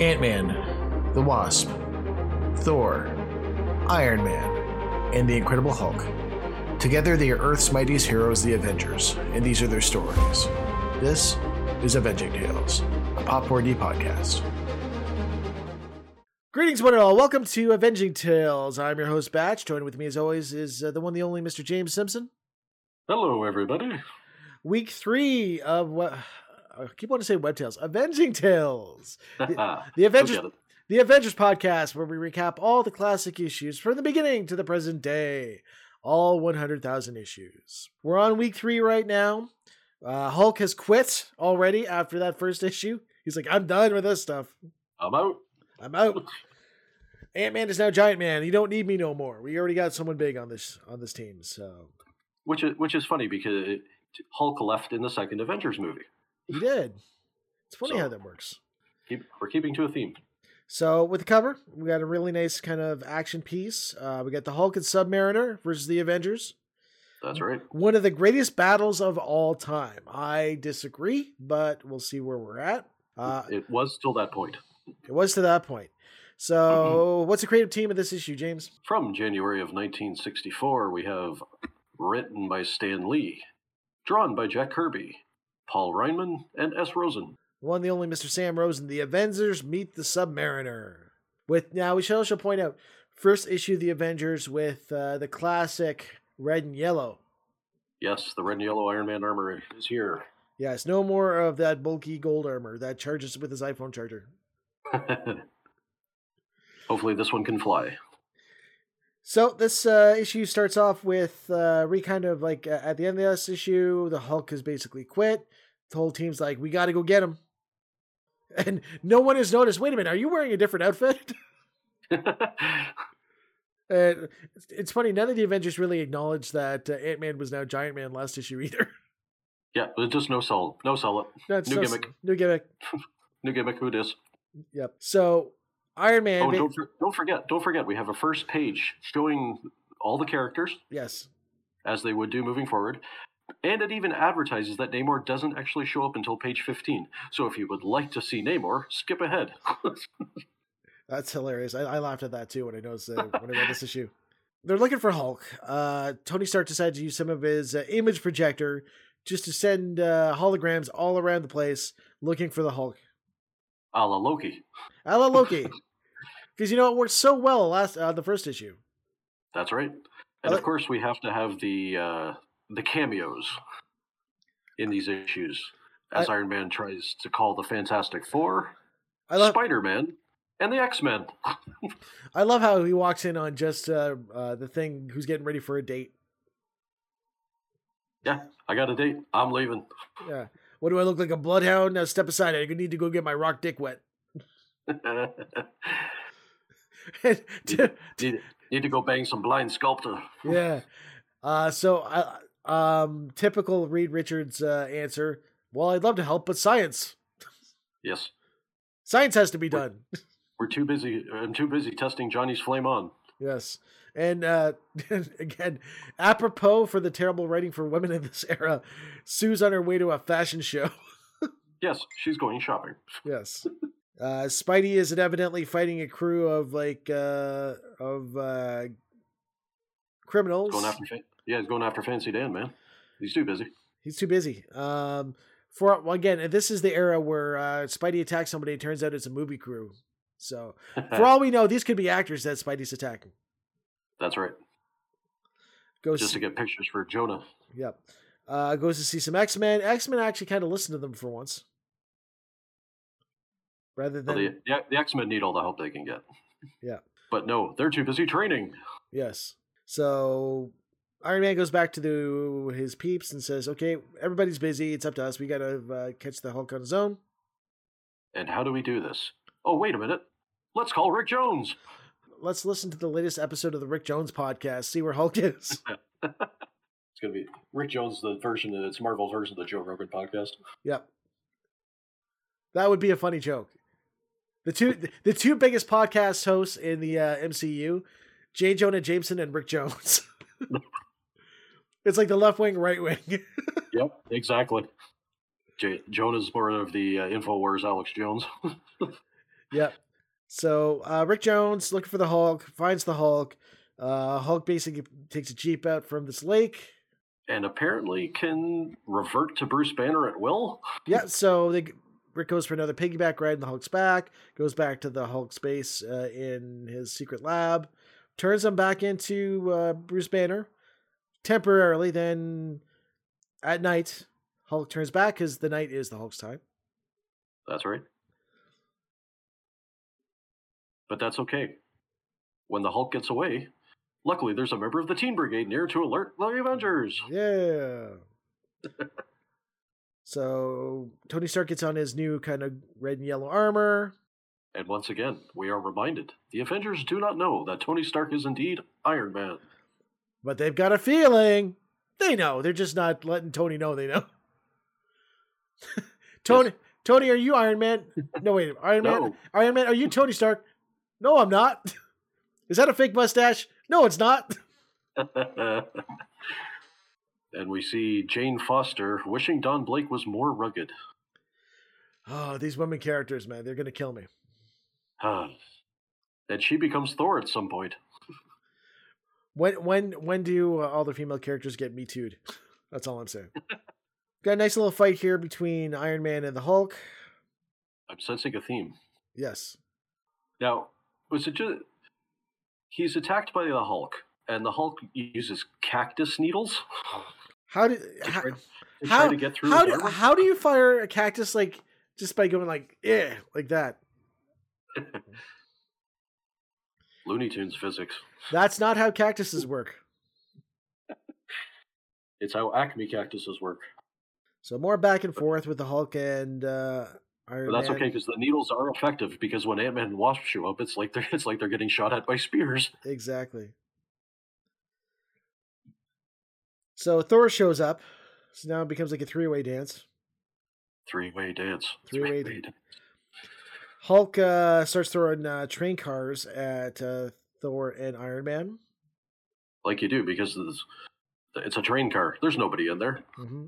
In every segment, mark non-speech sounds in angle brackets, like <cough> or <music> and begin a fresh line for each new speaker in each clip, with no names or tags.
Ant Man, The Wasp, Thor, Iron Man, and The Incredible Hulk. Together, they are Earth's mightiest heroes, the Avengers, and these are their stories. This is Avenging Tales, a Pop 4D podcast.
Greetings, one and all. Welcome to Avenging Tales. I'm your host, Batch. Joined with me, as always, is uh, the one, the only Mr. James Simpson.
Hello, everybody.
Week three of what uh, I keep wanting to say Web Tales, Avenging Tales, the Avengers,
<laughs> Forget it.
the Avengers podcast, where we recap all the classic issues from the beginning to the present day, all 100,000 issues. We're on week three right now. Uh, Hulk has quit already after that first issue. He's like, I'm done with this stuff.
I'm out.
I'm out. Ant Man is now Giant Man. You don't need me no more. We already got someone big on this on this team. So
Which is which is funny because it, Hulk left in the second Avengers movie.
he did. It's funny
So-
how that works.
Keep, we're keeping to a theme.
So with the cover, we got a really nice kind of action piece. Uh, we got the Hulk and Submariner versus the Avengers.
That's right.
One of the greatest battles of all time. I disagree, but we'll see where we're at. Uh,
it was till that point.
it was to that point. So what's the creative team of this issue, James?
From January of 1964, we have written by Stan Lee, drawn by Jack Kirby, Paul Reinman, and S. Rosen.
one the only Mr. Sam Rosen, the Avengers meet the Submariner. With now we should also point out first issue the Avengers with uh, the classic red and yellow.
Yes, the red and yellow Iron Man armor is here. <laughs>
Yes, no more of that bulky gold armor that charges with his iPhone charger.
Hopefully, this one can fly. <laughs>
So this uh, issue starts off with uh, re kind of like uh, at the end of this issue, the Hulk has basically quit. The whole team's like, we got to go get him, <laughs> and no one has noticed. Wait a minute, are you wearing a different outfit? <laughs> Uh, it's- it's funny. None of the Avengers really acknowledged that uh, Ant Man was now Giant Man last issue either. <laughs>
yeah, there's just no sell, no sell it,
That's
New
so-
gimmick.
New gimmick.
new gimmick. Who dis?
Yep. So Iron Man.
Oh,
ba-
don't, for- don't forget, don't forget, we have a first page showing all the characters
yes.
as they would do moving forward. And it even advertises that Namor doesn't actually show up until page 15. So if you would like to see Namor, skip ahead. <laughs>
That's hilarious. I, I laughed at that too when I noticed uh, when I read this issue. They're looking for Hulk. Uh, Tony Stark decided to use some of his uh, image projector just to send uh, holograms all around the place looking for the Hulk.
a la Loki.
A la Loki. Because you know it worked so well last uh, the first issue.
That's right. And
Uh,
of course, we have to have the uh, the cameos in these issues as
I-
Iron Man tries to call the Fantastic Four,
I love
Spider Man, and the X Men.
I love how he walks in on just uh, uh, the thing who's getting ready for a date.
yeah, <laughs> I got a date. I'm leaving. <laughs>
Yeah. What do I look like a bloodhound? Now step aside. I need to go get my rock dick wet. <laughs> And-
need, need- need to go bang some blind sculptor.
yeah. Uh, so, I, um, typical Reed Richards uh, answer. Well, I'd love to help, but science,
Yes,
science has to be done.
we're too busy. I'm too busy testing Johnny's flame on.
yes. And uh, <laughs> again, apropos for the terrible writing for women in this era, Sue's on her way to a fashion show. <laughs>
Yes, she's going shopping.
Yes. Uh, Spidey is evidently fighting a crew of like uh, of uh, criminals.
Going after. Fa- Yeah, he's going after Fancy Dan, man. He's too busy.
He's too busy. Um, for well, again, and this is the era where uh, Spidey attacks somebody. It turns out it's a movie crew. So for all we know, these could be actors that Spidey's attacking.
<laughs> That's right.
Goes
Just to get pictures for Jonah.
yep. Uh, goes to see some X Men. X Men actually kind of listen to them for once, rather
Well,
than
the, the, the X Men need all the help they can get.
Yeah.
But no, they're too busy training.
Yes. So Iron Man goes back to the, his peeps and says, "Okay, everybody's busy. It's up to us. We got to uh, catch the Hulk on his own."
And how do we do this? Oh, wait a minute. Let's call Rick Jones.
Let's listen to the latest episode of the Rick Jones podcast. See where Hulk <laughs> is.
It's gonna be Rick Jones, the version. Of, it's Marvel's version of the Joe Rogan podcast.
yep. That would be a funny joke. The two the two biggest podcast hosts in the uh, MCU, J. Jonah Jameson and Rick Jones. <laughs> it's like the left wing, right wing. <laughs>
Yep, exactly. J- Jonah's more of the uh, Infowars Alex Jones.
Yep. So uh, Rick Jones looking for the Hulk finds the Hulk. Uh, Hulk basically takes a jeep out from this lake.
and apparently can revert to Bruce Banner at will.
Yeah. So they Rick goes for another piggyback ride in the Hulk's back. Goes back to the Hulk's base uh, in his secret lab. Turns him back into uh, Bruce Banner temporarily. Then at night, Hulk turns back because the night is the Hulk's time.
That's right. But that's okay. When the Hulk gets away, luckily there's a member of the Teen Brigade near to alert the Avengers.
Yeah. so Tony Stark gets on his new kind of red and yellow armor.
And once again, we are reminded the Avengers do not know that Tony Stark is indeed Iron Man.
but they've got a feeling they know. They're just not letting Tony know they know. <laughs> Tony, Tony, are you Iron Man? No, wait, Iron Man,
No.
Iron Man, are you Tony Stark? No, I'm not. <laughs> Is that a fake mustache? No, it's not. <sighs>
<laughs> and we see Jane Foster wishing Don Blake was more rugged. <sighs>
Oh, these women characters, man, they're gonna kill me.
Ah. and she becomes Thor at some point.
When, when, when do uh, all the female characters get me too'd? <laughs> That's all I'm saying. got a nice little fight here between Iron Man and the Hulk.
I'm sensing a theme.
Yes.
Now, was it just he's attacked by the Hulk, and the Hulk uses cactus needles
How did?
to
How,
try, to,
how-
try to get through
how
the
do,
armor?
how do you fire a cactus like just by going like yeah like that
Looney Tunes physics.
that's not how cactuses work
It's how Acme cactuses work.
so more back and forth with the hulk and uh Iron
But that's
Man.
okay because the needles are effective. Because when Ant Man and Wasp show up, it's like they're <laughs> it's like they're getting shot at by spears.
exactly so thor shows up so now it becomes like a three-way dance
Three way dance.
Three-way
Three-way dance.
hulk uh starts throwing uh, train cars at uh thor and iron man
Like you do because it's, it's a train car. There's nobody in there.
hmm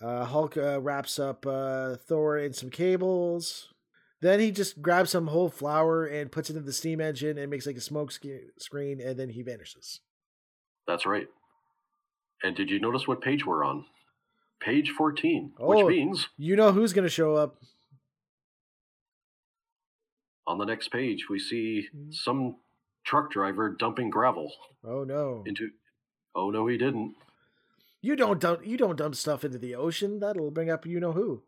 Uh, Hulk uh, wraps up uh, Thor in some cables. Then he just grabs some whole flour and puts it in the steam engine and makes like a smoke sc- screen, and then he vanishes.
That's right. And did you notice what page we're on? Page 14, which
Oh.
means
You know who's gonna show up?
On the next page, we see
Mm.
some truck driver dumping gravel
Oh no!
into. Oh no, he didn't.
You don't dump you don't dump stuff into the ocean. That'll bring up you know who.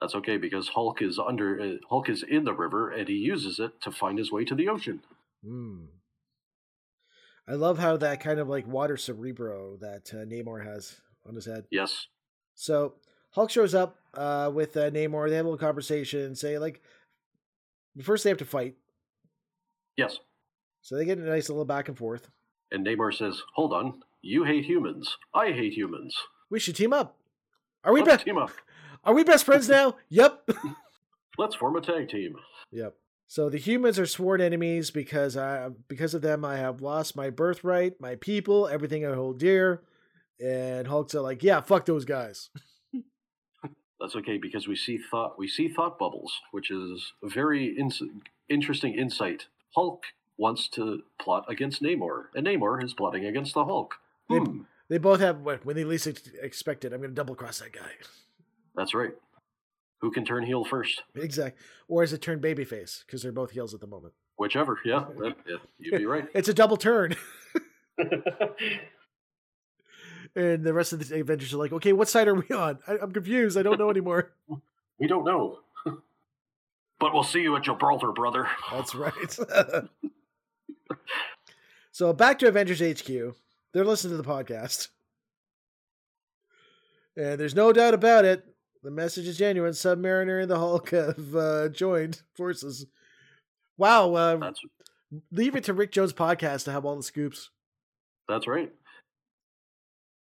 That's okay because Hulk is under. Uh, Hulk is in the river, and he uses it to find his way to the ocean.
Hmm. I love how that kind of like water cerebro that uh, Namor has on his head.
Yes,
So Hulk shows up uh, with uh, Namor. They have a little conversation. Say like, first they have to fight.
yes.
So they get a nice little back and forth.
And Namor says, "Hold on, you hate humans. I hate humans.
We should team up. Are we
Let's
best?
team up.
Are we best friends now? <laughs> yep.
Let's form a tag team."
yep. So the humans are sworn enemies because I because of them I have lost my birthright, my people, everything I hold dear. And Hulk's all like, yeah, fuck those guys.
That's okay because we see thought. We see thought bubbles, which is a very ins- interesting insight. Hulk wants to plot against Namor, and Namor is plotting against the Hulk.
They-
Hmm.
They both have what when they least ex- expect it. I'm gonna double cross that guy. <laughs>
That's right. Who can turn heel first?
Exact. Or is it turn babyface? Because they're both heels at the moment.
Whichever. Yeah, that- yeah, you'd be right.
It's a double turn. And the rest of the Avengers are like, okay, what side are we on? I, I'm confused. I don't know anymore.
we don't know. <laughs> But we'll see you at Gibraltar, brother.
That's right. <laughs> so back to Avengers HQ. They're listening to the podcast. And there's no doubt about it. The message is genuine. Submariner and the Hulk have uh, joined forces. Wow. Uh,
That's
leave it to Rick Jones' podcast to have all the scoops.
that's right.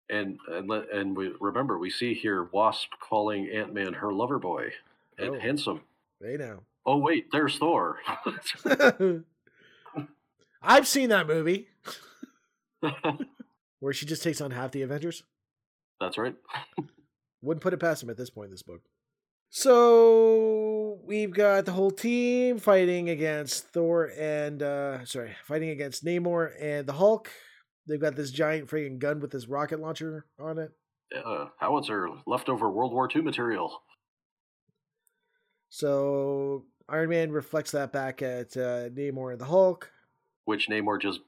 And and le- and we remember we see here Wasp calling Ant Man her lover boy and
Oh.
handsome.
They know.
Oh wait, there's Thor. <laughs>
I've seen that movie where she just takes on half the Avengers.
that's right.
Wouldn't put it past him at this point in this book. So we've got the whole team fighting against Thor and uh sorry, fighting against Namor and the Hulk. They've got this giant friggin' gun with this rocket launcher on it.
Uh, howitzer, leftover World War II material.
So Iron Man reflects that back at uh, Namor and the Hulk. <laughs>
which Namor just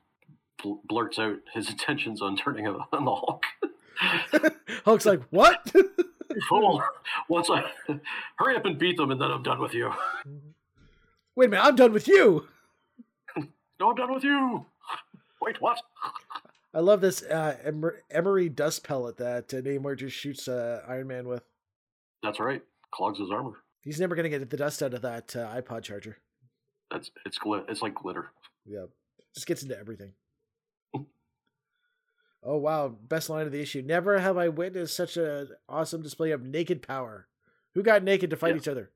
bl- blurts out his <laughs> intentions on turning on the Hulk. <laughs>
Hulk's like, "What?" <laughs>
Fool! Once I <laughs> hurry up and beat them, and then I'm done with you.
Wait a minute, I'm done with you.
No, I'm done with you. Wait, what?
I love this uh, emer- emery dust pellet that uh, Namor just shoots uh, Iron Man with.
That's right. Clogs his armor.
He's never gonna get the dust out of that uh, iPod charger.
That's it's glit. It's like glitter.
Yep. Just gets into
<laughs>
everything. oh wow, best line of the issue. Never have I witnessed such an awesome display of naked power. Who got naked to fight
Yeah.
each other?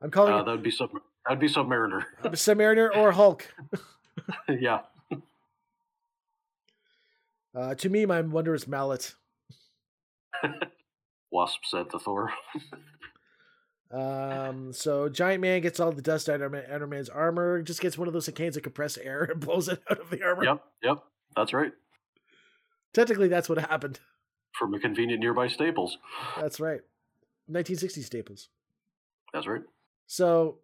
I'm calling
Uh,
it
that'd be sub. That'd be Submariner. <laughs>
<laughs> I'm Submariner or Hulk.
yeah.
Uh, to me, my wondrous mallet.
Wasp said to Thor.
Um, so Giant Man gets all the dust out of Iron Man's armor, just gets one of those cans of compressed air and <laughs> blows it out of the armor.
Yep. Yep. That's right.
Technically, that's what <laughs> happened.
From a convenient nearby Staples.
That's right. 1960 staples.
That's right.
So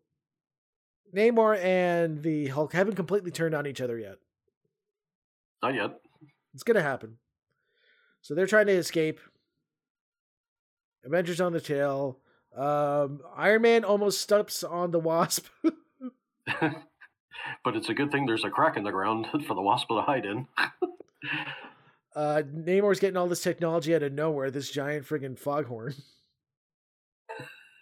Namor and the Hulk haven't completely turned on each other yet.
Not yet.
It's gonna happen. So they're trying to escape. Avengers on the tail. Um, Iron Man almost steps on the Wasp. <laughs>
But it's a good thing there's a crack in the ground <laughs> for the Wasp to hide in.
Uh, Namor's getting all this technology out of nowhere. This giant friggin' foghorn.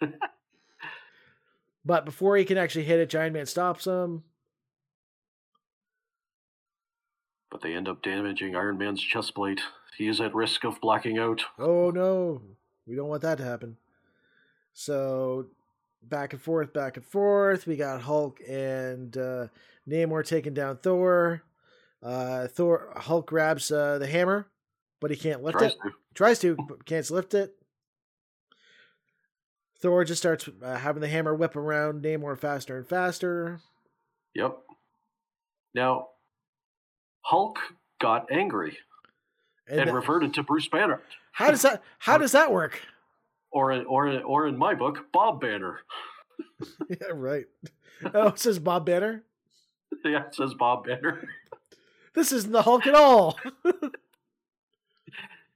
<laughs> but before he can actually hit it, Giant Man stops him.
But they end up damaging Iron Man's chest plate. He is at risk of blacking out.
Oh no, we don't want that to happen. So back and forth, back and forth. We got Hulk and uh, Namor taking down Thor. Uh, Thor Hulk grabs uh, the hammer, but he can't lift
Tries
it.
to.
Tries to, but can't lift it. Thor just starts uh, having the hammer whip around Namor faster and faster.
Yep. Now, Hulk got angry
And,
and,
th-
reverted to Bruce Banner,
how does that? How does that work? <laughs>
or in, or in, or in my book, Bob Banner. <laughs>
yeah, right. <laughs> Oh, it says Bob Banner.
yeah, it says Bob Banner. at
This isn't the Hulk at all.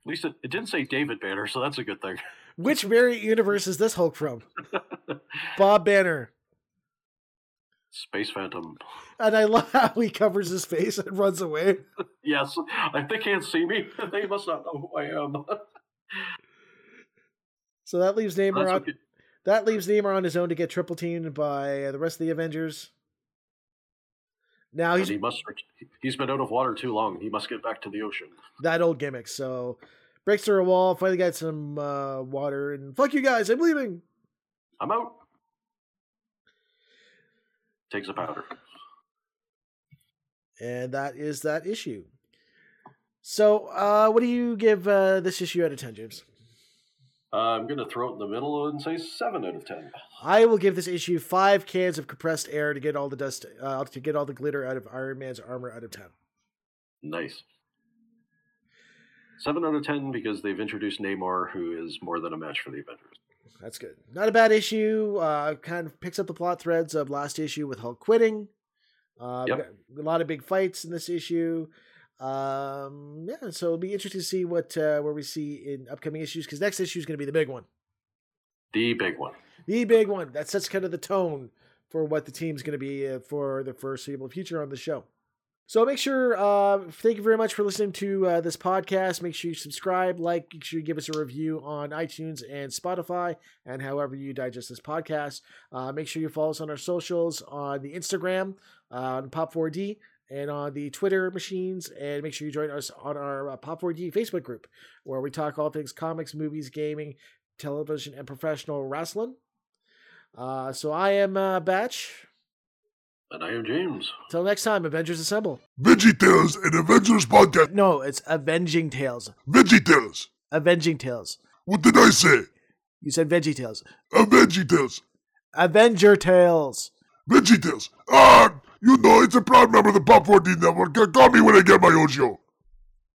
least it, it didn't say David Banner, so that's a good thing.
Which variant universe is this Hulk
<laughs>
from? Bob Banner.
Space Phantom.
And I love how he covers his face and runs away.
Yes, if they can't see me, <laughs> they must not know who I am. <laughs>
So that leaves Namor
That's
on,
okay.
that leaves Namor on his own to get triple teamed by uh, the rest of the Avengers. Now
And
he's
he must. He's been out of water too long. He must get back to the ocean.
that old gimmick. So breaks through a wall, finally got some uh, water, and fuck you guys, I'm leaving.
I'm out. Takes a powder.
And that is that issue. So uh, what do you give uh, this issue out of ten, James?
Uh, I'm going to throw it in the middle and say seven out of ten.
I will give this issue five cans of compressed air to get all the dust, uh, to get all the glitter out of Iron Man's armor out of ten.
Nice. Seven out of ten because they've introduced Namor, who is more than a match for the Avengers.
That's good. Not a bad issue. Uh, kind of picks up the plot threads of last issue with Hulk quitting. Uh, we
Yep.
got a lot of big fights in this issue. Um, yeah, so it'll be interesting to see what uh, where we see in upcoming issues because next issue is going to be the big one,
The big one.
the big one that sets kind of the tone for what the team's going to be uh, for the foreseeable future on the show. So make sure, uh, thank you very much for listening to uh, this podcast. Make sure you subscribe, like, make sure you give us a review on iTunes and Spotify, and however you digest this podcast. Uh, make sure you follow us on our socials on the Instagram, uh, on Pop4D, and on the Twitter machines. And make sure you join us on our uh, Pop4D Facebook group, where we talk all things comics, movies, gaming, television, and professional wrestling. Uh, so I am uh, Batch.
And I am James.
Till next time, Avengers Assemble.
Veggie Tales and Avengers Podcast.
No, it's Avenging Tales.
Veggie Tales.
Avenging Tales.
What did I say?
You said Veggie Tales.
A Uh, Veggie Tales.
Avenger Tales.
Veggie Tales. Ah, you know, it's a proud member of the Pop 14 Network. Call me when I get my own show.